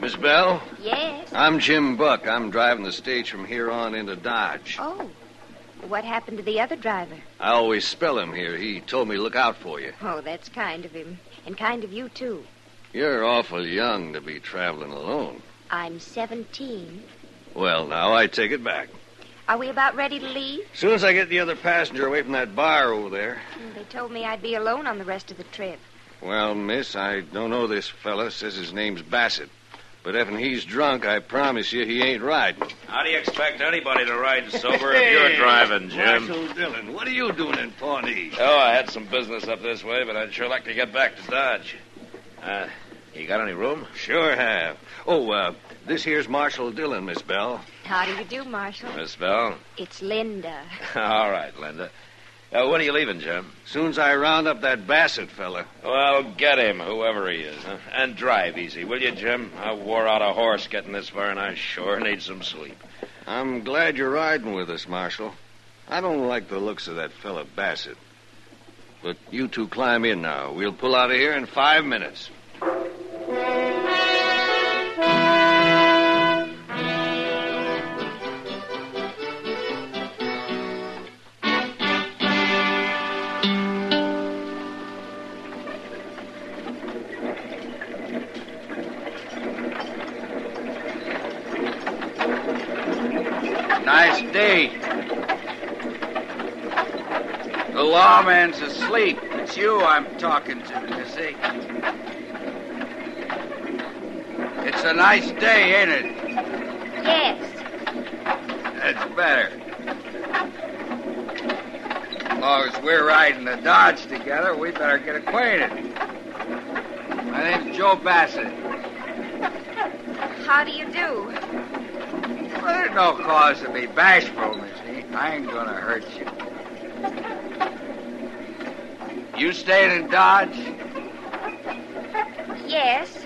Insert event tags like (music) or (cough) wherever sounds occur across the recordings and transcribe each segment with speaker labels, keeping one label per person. Speaker 1: Miss Bell,
Speaker 2: Yes.
Speaker 1: I'm Jim Buck. I'm driving the stage from here on into Dodge.
Speaker 2: Oh. What happened to the other driver?
Speaker 1: I always spell him here. He told me to look out for you.
Speaker 2: Oh, that's kind of him. And kind of you, too.
Speaker 1: You're awful young to be traveling alone.
Speaker 2: I'm 17.
Speaker 1: Well, now I take it back.
Speaker 2: Are we about ready to leave?
Speaker 1: As soon as I get the other passenger away from that bar over there.
Speaker 2: Mm, They told me I'd be alone on the rest of the trip.
Speaker 1: Well, miss, I don't know this fella. Says his name's Bassett. But if he's drunk, I promise you he ain't riding.
Speaker 3: How do you expect anybody to
Speaker 4: (laughs)
Speaker 3: ride sober
Speaker 1: Hey,
Speaker 3: if you're driving, Jim?
Speaker 1: Marshal Dillon, what are you doing in Pawnee?
Speaker 3: Oh, I had some business up this way, but I'd sure like to get back to Dodge.
Speaker 5: Uh, you got any room?
Speaker 1: Sure have. Oh, uh, this here's Marshal Dillon, Miss Bell.
Speaker 2: How do you do, Marshal?
Speaker 5: Miss Bell?
Speaker 2: It's Linda.
Speaker 5: (laughs) All right, Linda. Uh, when are you leaving, Jim?
Speaker 1: Soon as I round up that Bassett fella.
Speaker 5: Well, get him, whoever he is, huh? and drive easy, will you, Jim? I wore out a horse getting this far, and I sure need some sleep.
Speaker 1: I'm glad you're riding with us, Marshal. I don't like the looks of that fella Bassett. But you two climb in now. We'll pull out of here in five minutes.
Speaker 4: Nice day. The lawman's asleep. It's you I'm talking to, you see. It's a nice day, ain't it?
Speaker 2: Yes.
Speaker 4: That's better. As long as we're riding the Dodge together, we better get acquainted. My name's Joe Bassett.
Speaker 2: How do you do?
Speaker 4: Well, there's no cause to be bashful, Missy. I ain't gonna hurt you. You staying in Dodge?
Speaker 2: Yes.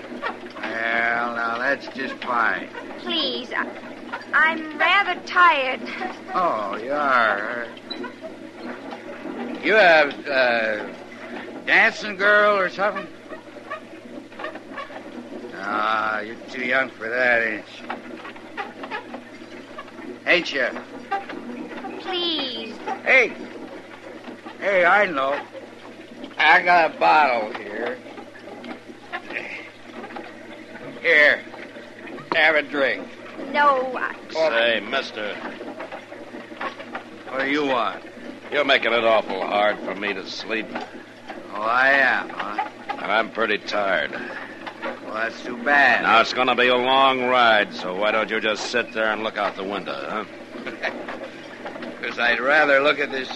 Speaker 4: Well, now that's just fine.
Speaker 2: Please. I, I'm rather tired.
Speaker 4: Oh, you are. You have uh, dancing girl or something? Ah, you're too young for that, ain't you? Ain't you?
Speaker 2: Please.
Speaker 4: Hey, hey, I know. I got a bottle here. Here, have a drink.
Speaker 2: No. I,
Speaker 5: Say, mister,
Speaker 4: What do you want?
Speaker 5: you're making it awful hard for me to sleep,
Speaker 4: Oh, I am, huh?
Speaker 5: and I'm pretty tired.
Speaker 4: Well, that's too bad.
Speaker 5: Now, it's going to be a long ride, so why don't you just sit there and look out the window, huh?
Speaker 4: Because I'd rather look at this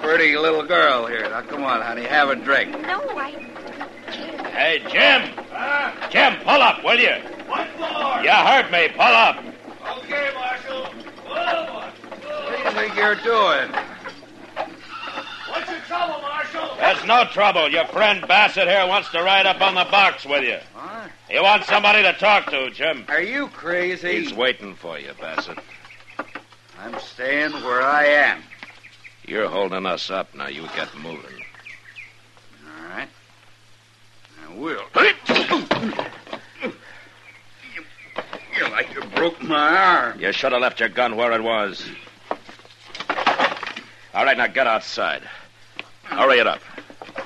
Speaker 4: pretty little girl here. Now, come on, honey. Have a drink.
Speaker 2: No, I.
Speaker 3: Hey, Jim! Jim, pull up, will you?
Speaker 6: What for?
Speaker 3: You heard me. Pull up.
Speaker 6: Okay, Marshal. Whoa, Marshal.
Speaker 4: What do you think you're doing?
Speaker 6: What's your trouble, Marshal?
Speaker 3: There's no trouble. Your friend Bassett here wants to ride up on the box with you.
Speaker 4: Huh?
Speaker 3: He wants somebody to talk to, Jim.
Speaker 4: Are you crazy?
Speaker 5: He's waiting for you, Bassett.
Speaker 4: I'm staying where I am.
Speaker 5: You're holding us up. Now you get moving.
Speaker 4: All right. I will. You- You're like you broke my arm.
Speaker 5: You should have left your gun where it was. All right, now get outside. Hurry it up.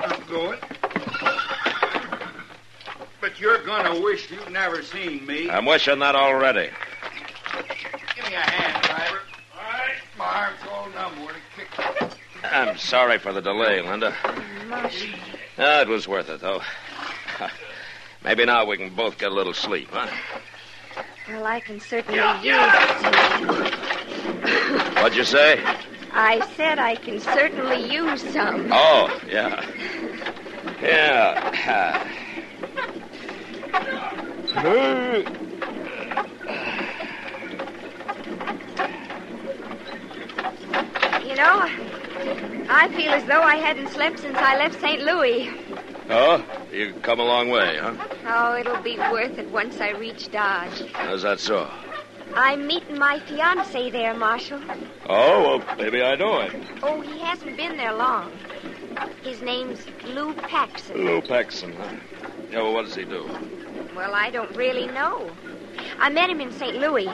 Speaker 4: I'm going. But you're gonna wish you'd never seen me.
Speaker 6: Uh.
Speaker 5: I'm wishing that already.
Speaker 4: Give me a hand, driver. All right. My arm's all numb. Where to kick?
Speaker 5: I'm sorry for the delay, Linda. Ah, it was worth it, though. (laughs) Maybe now we can both get a little sleep, huh?
Speaker 2: Well, I can certainly use.
Speaker 5: What'd you say?
Speaker 2: I said I can certainly use some.
Speaker 5: Oh, yeah. Yeah. (laughs)
Speaker 2: You know, I feel as though I hadn't slept since I left St. Louis.
Speaker 5: Oh, you come a long way, huh?
Speaker 2: Oh, it'll be worth it once I reach Dodge.
Speaker 5: How's that so?
Speaker 2: I'm meeting my fiance there, Marshal.
Speaker 5: Oh, well, maybe I know it.
Speaker 2: Oh, he hasn't been there long. His name's Lou Paxson.
Speaker 5: Lou Paxson, huh? Yeah, well, what does he do?
Speaker 2: Well, I don't really know. I met him in St. Louis.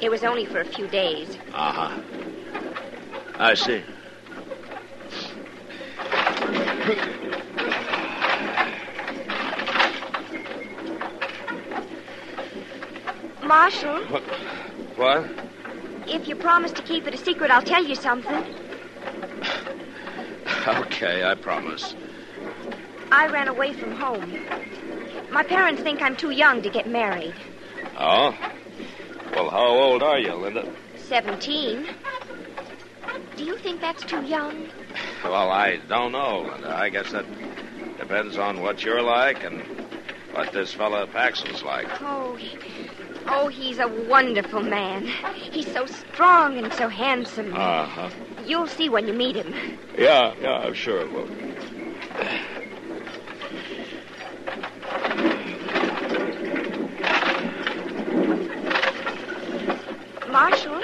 Speaker 2: It was only for a few days.
Speaker 5: Uh-huh. I see.
Speaker 2: Marshal,
Speaker 5: What?
Speaker 2: if you promise to keep it a secret, I'll tell you something.
Speaker 5: (laughs) Okay, I promise.
Speaker 2: I ran away from home. My parents think I'm too young to get married.
Speaker 5: Oh? Well, how old are you, Linda?
Speaker 2: 17. Do you think that's too young?
Speaker 5: Well, I don't know, Linda. I guess that depends on what you're like and what this fella Paxson's like.
Speaker 2: Oh, he- oh, he's a wonderful man. He's so strong and so handsome.
Speaker 5: Uh-huh.
Speaker 2: You'll see when you meet him.
Speaker 5: Yeah, yeah, I'm sure it will.
Speaker 2: Marshal,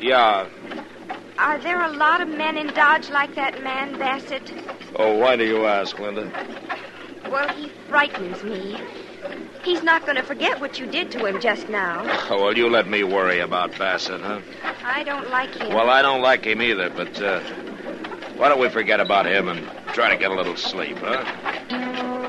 Speaker 5: Yeah.
Speaker 2: are there a lot of men in Dodge like that man, Bassett?
Speaker 5: Oh, why do you ask, Linda?
Speaker 2: Well, he frightens me. He's not going to forget what you did to him just now.
Speaker 5: Oh, well, you let me worry about Bassett, huh?
Speaker 2: I don't like him.
Speaker 5: Well, I don't like him either, but uh, why don't we forget about him and try to get a little sleep, huh?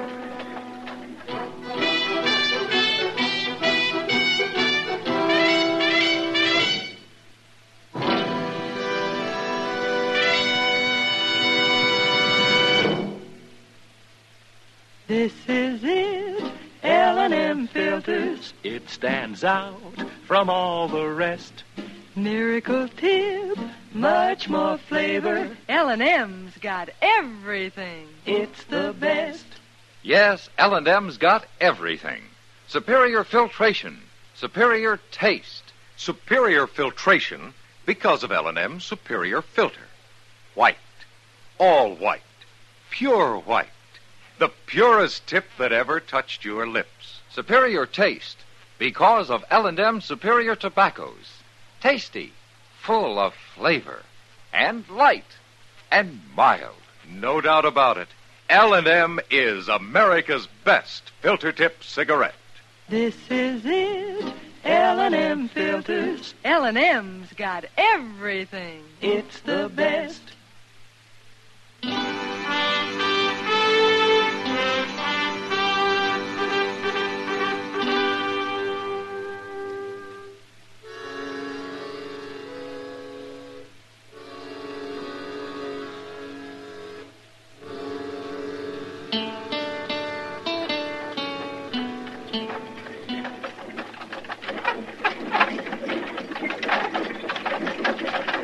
Speaker 7: This is it, L&M filters,
Speaker 8: It stands out from all the rest.
Speaker 7: miracle tip, much more flavor. L&M's got everything. It's the best.
Speaker 9: Yes, L&M's got everything. Superior filtration, superior taste, superior filtration because of L&M's superior filter. White, all white, pure white. The purest tip that ever touched your lips. Superior taste because of L&M superior tobaccos. Tasty, full of flavor, and light and mild. No doubt about it. L&M is America's best filter tip cigarette.
Speaker 7: This is it, L&M filters. L&M's got everything. It's the best.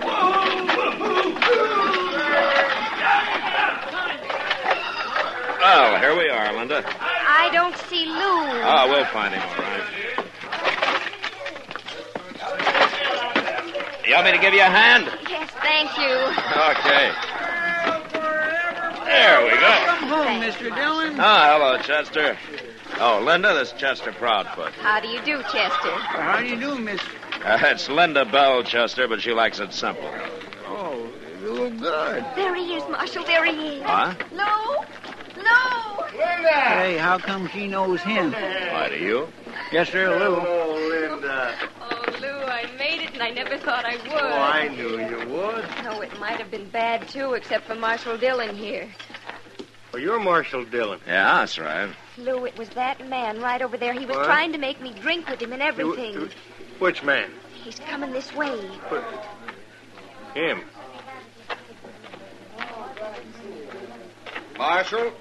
Speaker 6: Whoa, whoa, whoa,
Speaker 5: Well, here we are, Linda.
Speaker 2: I don't see Lou.
Speaker 5: Ah, we'll find him, all right. You want me to give you a hand?
Speaker 2: Yes, thank you.
Speaker 5: Okay. There we go.
Speaker 4: Come home, Mr. Dillon.
Speaker 5: Ah, hello, Chester. Oh, Linda, this is Chester Proudfoot.
Speaker 2: How do you do, Chester?
Speaker 4: How do you do, Miss?
Speaker 5: Uh, it's Linda Bell, Chester, but she likes it simple.
Speaker 4: Oh, you look good.
Speaker 2: There he is, Marshal. There he is.
Speaker 5: Huh?
Speaker 2: Lou? Lou?
Speaker 4: Hey, how come she knows him?
Speaker 5: Why do you?
Speaker 4: Yes, sir, Lou.
Speaker 6: Oh, Linda.
Speaker 2: Oh, Lou, I made it, and I never thought I would.
Speaker 6: Oh, I knew you would.
Speaker 2: No, it might have been bad, too, except for Marshal Dillon here.
Speaker 6: Well, you're Marshal Dillon.
Speaker 5: Yeah, that's right.
Speaker 2: Lou, it was that man right over there. He was
Speaker 6: What?
Speaker 2: trying to make me drink with him and everything.
Speaker 6: You- Which man?
Speaker 2: He's coming this way.
Speaker 6: Him.
Speaker 1: Marshal?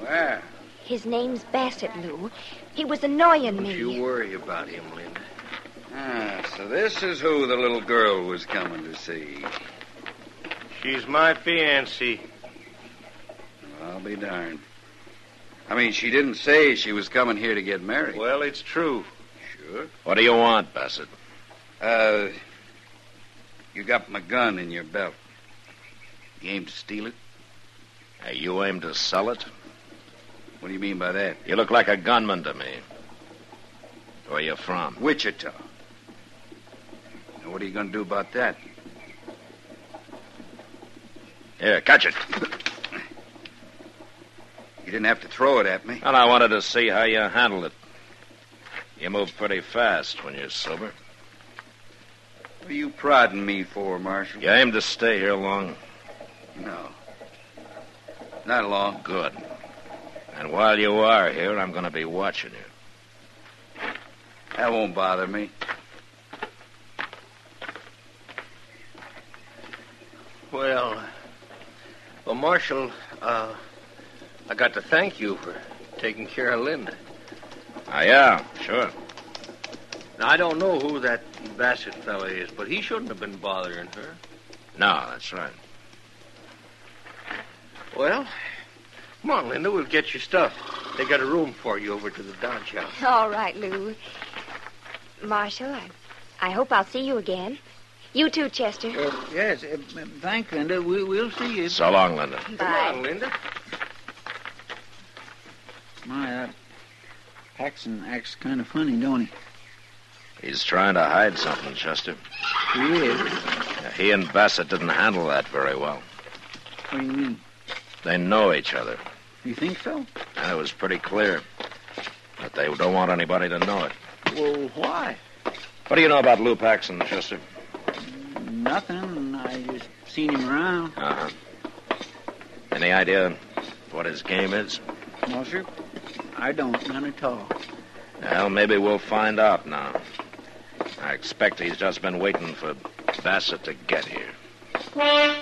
Speaker 4: Where?
Speaker 2: His name's Bassett, Lou. He was annoying me.
Speaker 1: You worry about him, Linda.
Speaker 4: Ah, so this is who the little girl was coming to see.
Speaker 6: She's my fiancée.
Speaker 4: I'll be darned. I mean, she didn't say she was coming here to get married.
Speaker 6: Well, it's true.
Speaker 4: Sure.
Speaker 5: What do you want, Bassett?
Speaker 4: Uh, you got my gun in your belt. You aim to steal it?
Speaker 5: Uh, you aim to sell it?
Speaker 4: What do you mean by that?
Speaker 5: You look like a gunman to me. Where you from?
Speaker 4: Wichita. Now, what are you going to do about that?
Speaker 5: Here, catch it.
Speaker 4: You didn't have to throw it at me.
Speaker 5: And I wanted to see how you handled it. You move pretty fast when you're sober.
Speaker 4: What are you prodding me for, Marshal?
Speaker 5: You aim to stay here long?
Speaker 4: No. Not long.
Speaker 5: Good. And while you are here, I'm going to be watching you.
Speaker 4: That won't bother me.
Speaker 6: Well, well, Marshal, uh, I got to thank you for taking care of Linda.
Speaker 5: Ah, yeah, sure.
Speaker 6: Now, I don't know who that Bassett fella is, but he shouldn't have been bothering her.
Speaker 5: No, that's right.
Speaker 6: Well, come on, Linda. We'll get your stuff. They got a room for you over to the Dodge House.
Speaker 2: All right, Lou. Marshal, I, I hope I'll see you again. You too, Chester.
Speaker 4: yes, uh, thank Linda. We, we'll see you.
Speaker 5: So long, Linda.
Speaker 6: Come on, Linda.
Speaker 4: My, that Paxton acts kind of funny, don't
Speaker 5: He's trying to hide something, Chester.
Speaker 4: he? He is.
Speaker 5: Yeah, He and Bassett didn't handle that very well.
Speaker 4: What do you mean?
Speaker 5: They know each other,
Speaker 4: You think so?
Speaker 5: and it was pretty clear. But they don't want anybody to know it.
Speaker 4: Well, why?
Speaker 5: What do you know about Lou Paxson, Chester?
Speaker 4: Nothing. I just seen him around.
Speaker 5: Uh huh. Any idea what his game is?
Speaker 4: No, sir. I don't. None at all.
Speaker 5: Well, maybe we'll find out now. I expect he's just been waiting for Bassett to get here.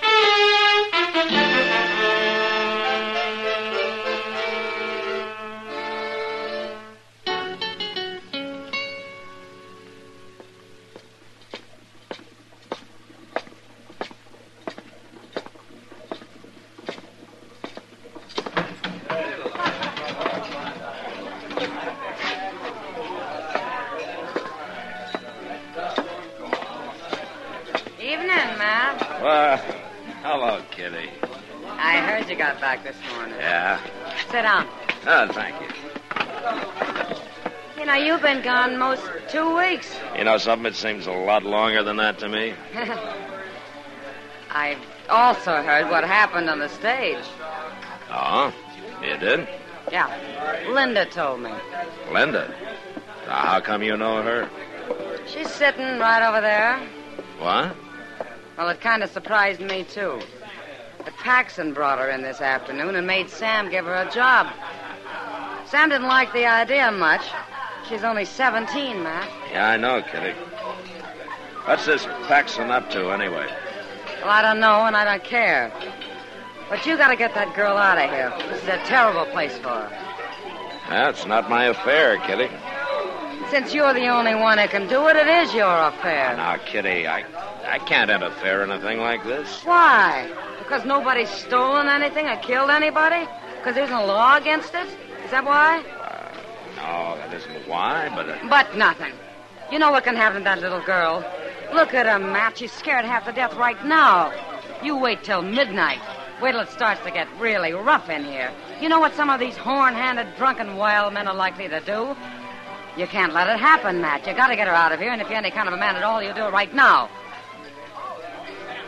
Speaker 10: Evening, Matt.
Speaker 5: Well, hello, Kitty.
Speaker 10: I heard you got back this morning.
Speaker 5: Yeah?
Speaker 10: Sit down.
Speaker 5: Oh, thank you.
Speaker 10: You know, you've been gone most two weeks.
Speaker 5: You know something? It seems a lot longer than that to me.
Speaker 10: (laughs) I also heard what happened on the stage.
Speaker 5: Oh? You did?
Speaker 10: Yeah, Linda told me.
Speaker 5: Linda? Now, how come you know her?
Speaker 10: She's sitting right over there.
Speaker 5: What?
Speaker 10: Well, it kind of surprised me, too. But Paxson brought her in this afternoon and made Sam give her a job. Sam didn't like the idea much. She's only 17, Matt.
Speaker 5: Yeah, I know, Kitty. What's this Paxson up to, anyway?
Speaker 10: Well, I don't know, and I don't care. But you gotta get that girl out of here. This is a terrible place for her.
Speaker 5: That's not my affair, Kitty.
Speaker 10: Since you're the only one who can do it, it is your affair.
Speaker 5: Now, Kitty, I, I can't interfere in a thing like this.
Speaker 10: Why? Because nobody's stolen anything or killed anybody? Because there's no law against it? Is that why?
Speaker 5: No, that isn't why, but. Uh,
Speaker 10: But nothing. You know what can happen to that little girl. Look at her, Matt. She's scared half to death right now. You wait till midnight. Wait till it starts to get really rough in here. You know what some of these horn-handed, drunken, wild men are likely to do? You can't let it happen, Matt. You gotta get her out of here, and if you're any kind of a man at all, you do it right now.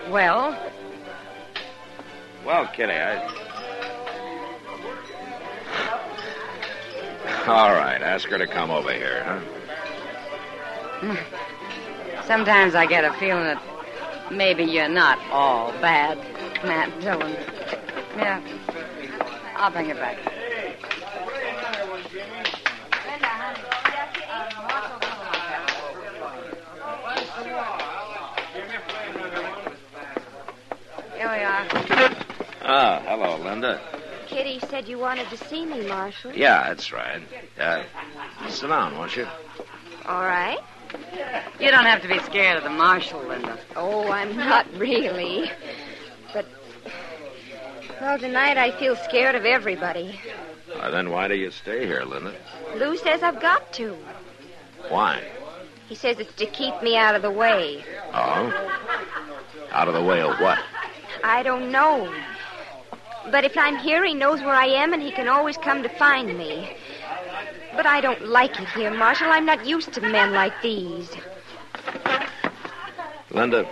Speaker 10: Well,
Speaker 5: Well, Kitty, I. All right, ask her to come over here, huh?
Speaker 10: sometimes I get a feeling that maybe you're not all bad, Matt Dillon. Yeah. I'll bring it back. Here we are.
Speaker 5: Ah, hello, Linda.
Speaker 2: Kitty said you wanted to see me, Marshal.
Speaker 5: Yeah, that's right. Uh, sit down, won't you?
Speaker 2: All right.
Speaker 10: You don't have to be scared of the marshal, Linda.
Speaker 2: Oh, I'm not really. But, well, tonight I feel scared of everybody.
Speaker 5: Uh, then why do you stay here, Linda?
Speaker 2: Lou says I've got to.
Speaker 5: Why?
Speaker 2: He says it's to keep me out of the way.
Speaker 5: Oh? Out of the way of what?
Speaker 2: I don't know. But if I'm here, he knows where I am, and he can always come to find me. But I don't like it here, Marshal. I'm not used to men like these.
Speaker 5: Linda,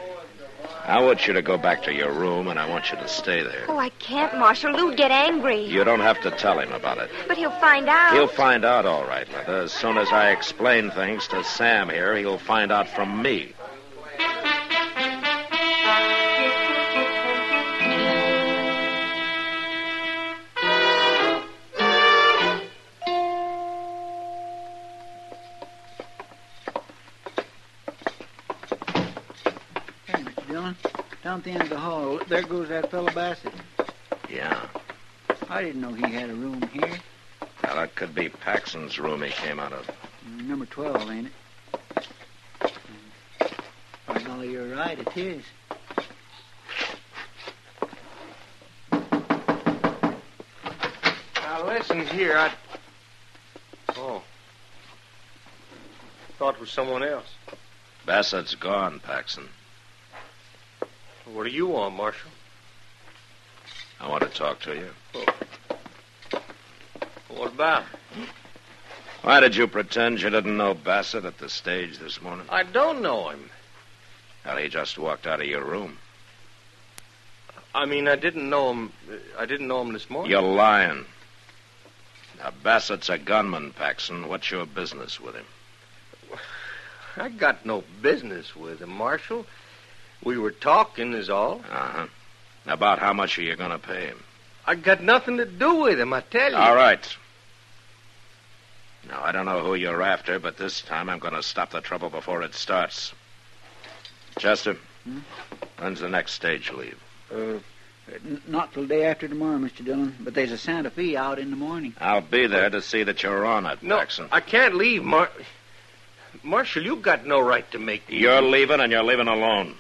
Speaker 5: I want you to go back to your room, and I want you to stay there.
Speaker 2: Oh, I can't, Marshal. Lou'd get angry.
Speaker 5: You don't have to tell him about it.
Speaker 2: But he'll find out.
Speaker 5: He'll find out all right, Linda. As soon as I explain things to Sam here, he'll find out from me.
Speaker 11: Hey, Mr. Dillon, down at the end of the hall, there goes that fellow Bassett.
Speaker 5: Yeah.
Speaker 11: I didn't know he had a room here.
Speaker 5: Well, that could be Paxson's room he came out of.
Speaker 11: Number 12, ain't it? By golly, you're right, it is.
Speaker 4: Now listen here. I
Speaker 5: Oh.
Speaker 4: thought it was someone else.
Speaker 5: Bassett's gone, Paxson.
Speaker 4: What do you want, Marshal?
Speaker 5: I want to talk to you.
Speaker 4: What about?
Speaker 5: Why did you pretend you didn't know Bassett at the stage this morning?
Speaker 4: I don't know him.
Speaker 5: Well, he just walked out of your room.
Speaker 4: I mean, I didn't know him. uh, I didn't know him this morning.
Speaker 5: You're lying. Now, Bassett's a gunman, Paxson. What's your business with him?
Speaker 4: I got no business with him, Marshal. We were talking, is all.
Speaker 5: Uh huh. About how much are you going to pay him?
Speaker 4: I got nothing to do with him. I tell you.
Speaker 5: All right. Now, I don't know who you're after, but this time I'm going to stop the trouble before it starts. Chester,
Speaker 4: Hmm?
Speaker 5: when's the next stage leave?
Speaker 11: Uh, n- not till day after tomorrow, Mr. Dillon, but there's a Santa Fe out in the morning.
Speaker 5: I'll be there to see that you're on it,
Speaker 4: No,
Speaker 5: Paxson.
Speaker 4: I can't leave, Mar. Marshal, you got no right to make me.
Speaker 5: You're leaving, and you're leaving alone.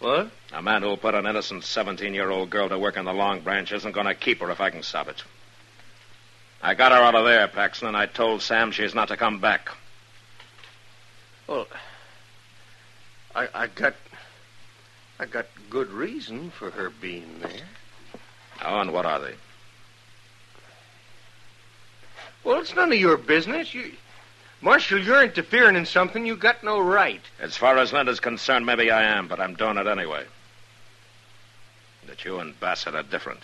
Speaker 4: What?
Speaker 5: A man who'll put an innocent 17 year old girl to work in the Long Branch isn't going to keep her if I can stop it. I got her out of there, Paxton, and I told Sam she's not to come back.
Speaker 4: Well, I, I got. I got good reason for her being there.
Speaker 5: Oh, and what are they?
Speaker 4: Well, it's none of your business. You, Marshal, you're interfering in something you got no right.
Speaker 5: As far as Linda's concerned, maybe I am, but I'm doing it anyway. That you and Bassett are different.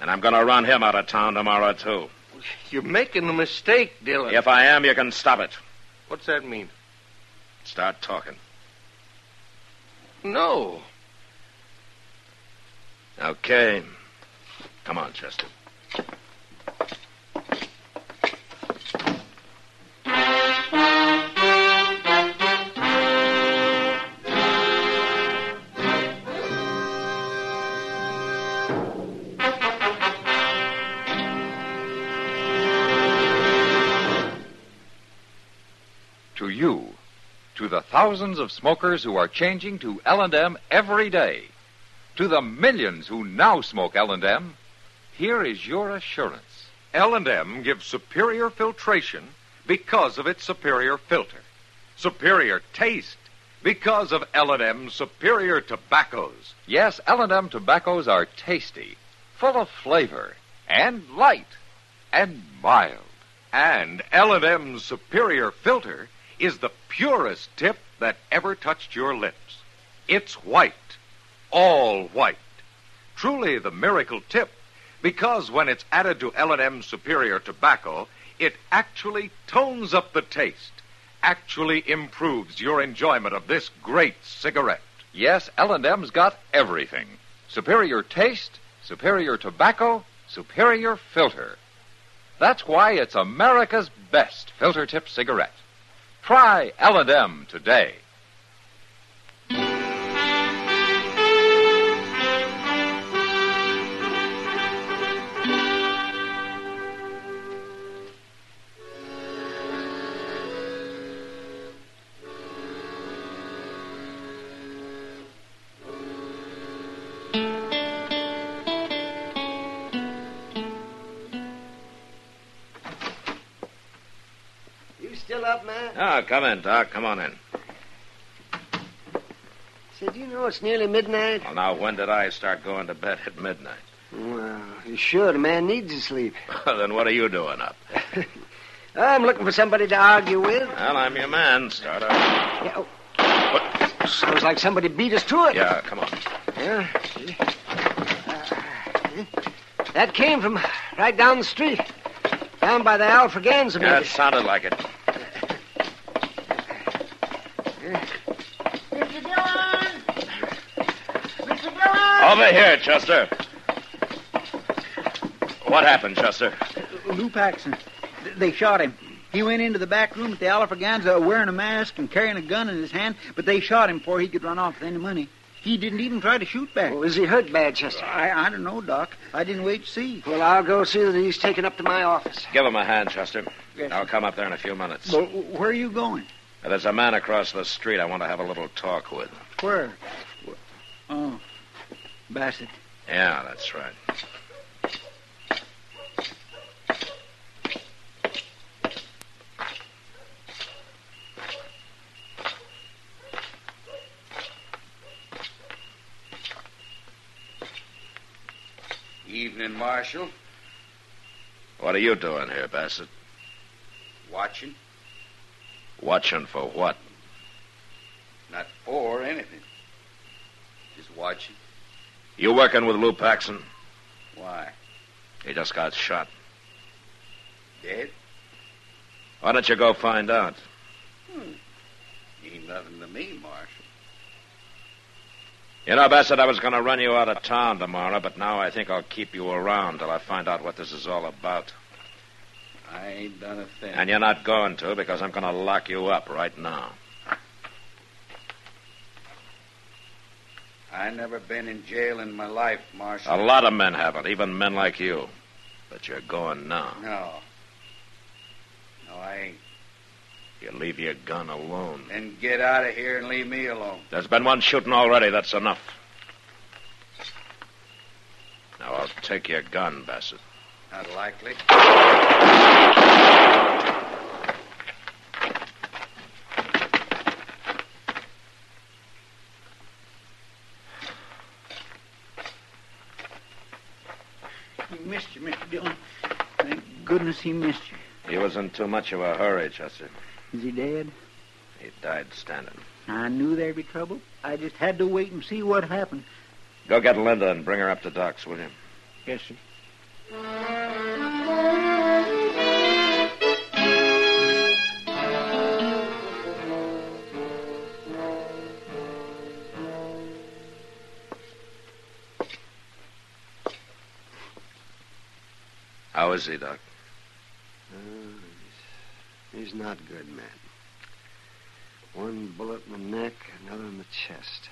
Speaker 5: And I'm going to run him out of town tomorrow, too.
Speaker 4: You're making a mistake, Dillon.
Speaker 5: If I am, you can stop it.
Speaker 4: What's that mean?
Speaker 5: Start talking.
Speaker 4: No.
Speaker 5: Okay. Come on, Chester.
Speaker 9: to you, to the thousands of smokers who are changing to L&M every day. To the millions who now smoke L&M, here is your assurance. L&M gives superior filtration because of its superior filter. Superior taste because of L&M superior tobaccos. Yes, L&M tobaccos are tasty, full of flavor, and light, and mild. And L&M's superior filter is the purest tip that ever touched your lips. It's white, all white. Truly the miracle tip because when it's added to L&M superior tobacco, it actually tones up the taste, actually improves your enjoyment of this great cigarette. Yes, L&M's got everything. Superior taste, superior tobacco, superior filter. That's why it's America's best filter tip cigarette. Try L&M today.
Speaker 12: You still up, man?
Speaker 5: Ah, come in, Doc. Come on in.
Speaker 12: Say, do you know it's nearly midnight?
Speaker 5: Well, now, when did I start going to bed at midnight? (laughs)
Speaker 12: Well, you should. A man needs to sleep.
Speaker 5: then what are you doing up?
Speaker 12: I'm looking for somebody to argue with.
Speaker 5: Well, I'm your man. Start up.
Speaker 12: Yeah, oh. Sounds like somebody beat us to it.
Speaker 5: Yeah, come on.
Speaker 12: Yeah. see? Uh, that came from right down the street. Down by the Alfraganza
Speaker 5: Yeah,
Speaker 12: maybe.
Speaker 5: it sounded like it.
Speaker 13: Mr. Dillon! Mr.
Speaker 5: Over
Speaker 13: Dillon!
Speaker 5: here, Chester. What happened, Chester?
Speaker 11: Lou Paxson. Th- They shot him. He went into the back room at the Alfraganza wearing a mask and carrying a gun in his hand, but they shot him before he could run off with any money. He didn't even try to shoot back.
Speaker 12: Oh, Is he hurt bad, Chester?
Speaker 11: I, I don't know, Doc. I didn't wait to see.
Speaker 12: Well, I'll go see that he's taken up to my office.
Speaker 5: Give him a hand, Chester.
Speaker 11: Yes.
Speaker 5: I'll come up there in a few minutes.
Speaker 11: Well, wh- where are you going?
Speaker 5: There's a man across the street I want to have a little talk with.
Speaker 11: Where? Wh- Oh, Bassett.
Speaker 5: Yeah, that's right.
Speaker 14: Evening, Marshal.
Speaker 5: What are you doing here, Bassett?
Speaker 14: Watching.
Speaker 5: Watching for what?
Speaker 14: Not for anything. Just watching.
Speaker 5: You working with Lou Paxson?
Speaker 14: Why?
Speaker 5: He just got shot.
Speaker 14: Dead?
Speaker 5: Why don't you go find out?
Speaker 14: Hmm. Ain't nothing to me, Marshal.
Speaker 5: You know, Bassett, I was going to run you out of town tomorrow, but now I think I'll keep you around till I find out what this is all about.
Speaker 14: I ain't done a thing.
Speaker 5: And you're not going to because I'm going to lock you up right now.
Speaker 14: I never been in jail in my life, Marshal.
Speaker 5: A lot of men haven't, even men like you. But you're going now.
Speaker 14: No. No, I ain't.
Speaker 5: You leave your gun alone.
Speaker 14: Then get out of here and leave me alone.
Speaker 5: There's been one shooting already. That's enough. Now I'll take your gun, Bassett.
Speaker 14: Not likely.
Speaker 11: He missed you, Mr. Dillon. Thank goodness he missed you.
Speaker 5: He was in too much of a hurry, Chester.
Speaker 11: Is he dead?
Speaker 5: He died standing.
Speaker 11: I knew there'd be trouble. I just had to wait and see what happened.
Speaker 5: Go get Linda and bring her up to Doc's, will you?
Speaker 11: Yes, sir.
Speaker 5: How is he, Doc?
Speaker 12: Oh, he's, he's not good, man. One bullet in the neck, another in the chest.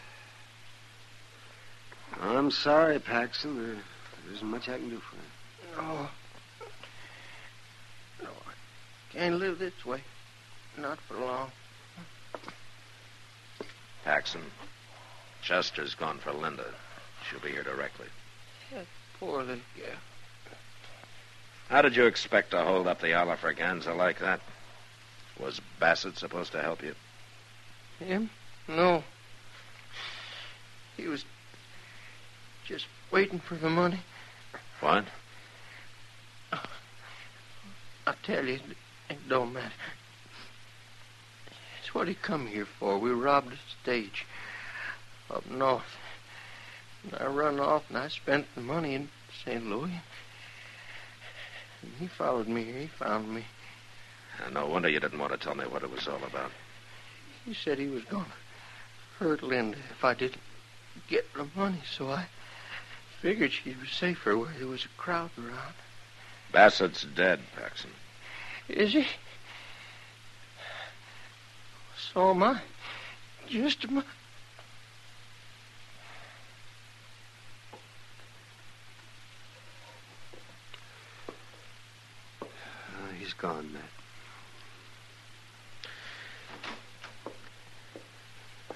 Speaker 12: I'm sorry, Paxson. There, there isn't much I can do for you.
Speaker 4: Oh. No, I can't live this way. Not for long.
Speaker 5: Paxson. Chester's gone for Linda. She'll be here directly.
Speaker 15: Yeah, poor little girl.
Speaker 5: How did you expect to hold up the Alafraganza like that? Was Bassett supposed to help you?
Speaker 15: Him? No. He was just waiting for the money.
Speaker 5: What?
Speaker 15: I tell you, it don't matter. It's what he come here for. We robbed a stage up north. And I run off and I spent the money in St. Louis. And he followed me here. He found me.
Speaker 5: Uh, No wonder you didn't want to tell me what it was all about.
Speaker 15: He said he was going to hurt Linda if I didn't get the money, so I figured she was safer where there was a crowd around.
Speaker 5: Bassett's dead, Paxson.
Speaker 15: Is he? So am I. Just a
Speaker 12: Oh, he's gone, Matt.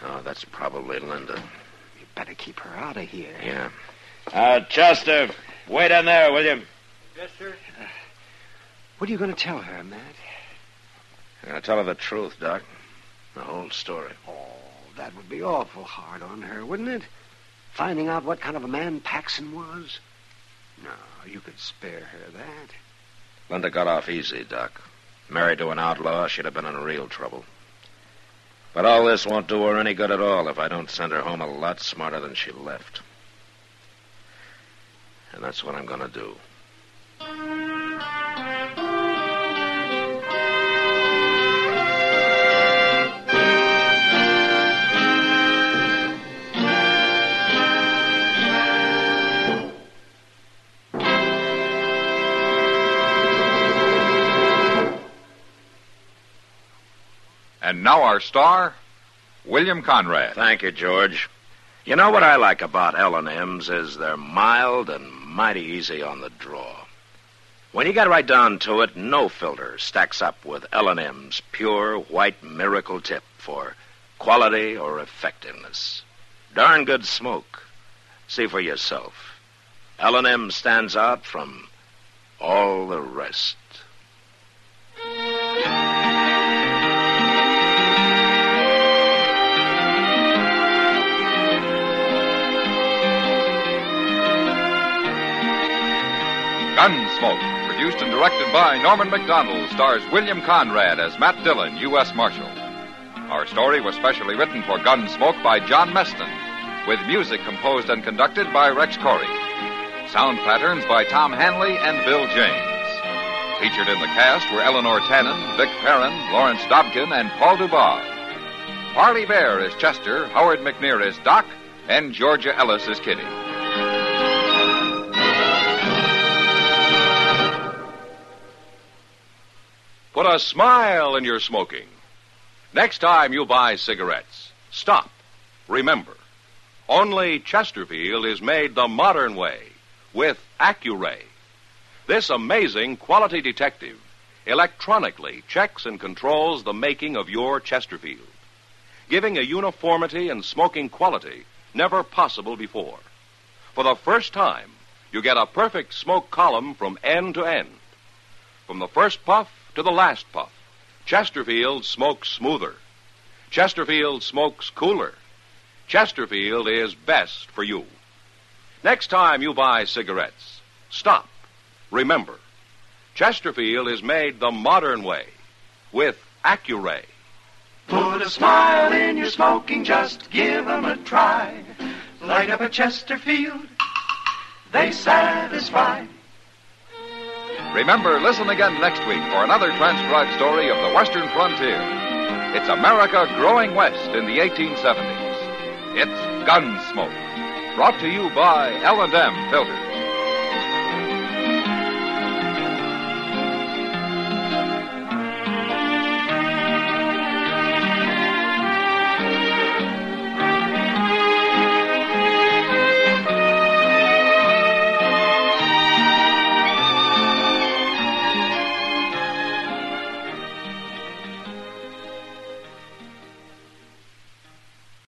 Speaker 5: Oh, that's probably Linda.
Speaker 12: You better keep her out of here.
Speaker 5: Yeah. Uh, Chester, wait in there, will you?
Speaker 15: Yes, sir.
Speaker 12: What are you going to tell her, Matt?
Speaker 5: I'm going to tell her the truth, Doc. The whole story.
Speaker 12: Oh, that would be awful hard on her, wouldn't it? Finding out what kind of a man Paxson was. No, you could spare her that.
Speaker 5: Linda got off easy, Doc. Married to an outlaw, she'd have been in real trouble. But all this won't do her any good at all if I don't send her home a lot smarter than she left. And that's what I'm going to do.
Speaker 9: And now our star, William Conrad.
Speaker 5: Thank you, George. You know what I like about L&M's is they're mild and mighty easy on the draw. When you get right down to it, no filter stacks up with L&M's pure white miracle tip for quality or effectiveness. Darn good smoke. See for yourself. L&M stands out from all the rest.
Speaker 9: Gunsmoke, produced and directed by Norman McDonald, stars William Conrad as Matt Dillon, U.S. Marshal. Our story was specially written for Gunsmoke by John Meston, with music composed and conducted by Rex Corey. Sound patterns by Tom Hanley and Bill James. Featured in the cast were Eleanor Tannen, Vic Perrin, Lawrence Dobkin, and Paul Dubois. Harley Bear is Chester, Howard McNear is Doc, and Georgia Ellis is Kitty.
Speaker 16: Put a smile in your smoking. Next time you buy cigarettes, stop. Remember, only Chesterfield is made the modern way with Accuray. This amazing quality detective electronically checks and controls the making of your Chesterfield, giving a uniformity and smoking quality never possible before. For the first time, you get a perfect smoke column from end to end. From the first puff to the last puff. Chesterfield smokes smoother. Chesterfield smokes cooler. Chesterfield is best for you. Next time you buy cigarettes, stop. Remember, Chesterfield is made the modern way with Accuray.
Speaker 4: Put a smile in your smoking, just give 'em a try. Light up a Chesterfield, they satisfy.
Speaker 9: Remember, listen again next week for another transcribed story of the Western frontier. It's America growing west in the 1870s. It's Gunsmoke, brought to you by L&M Filters.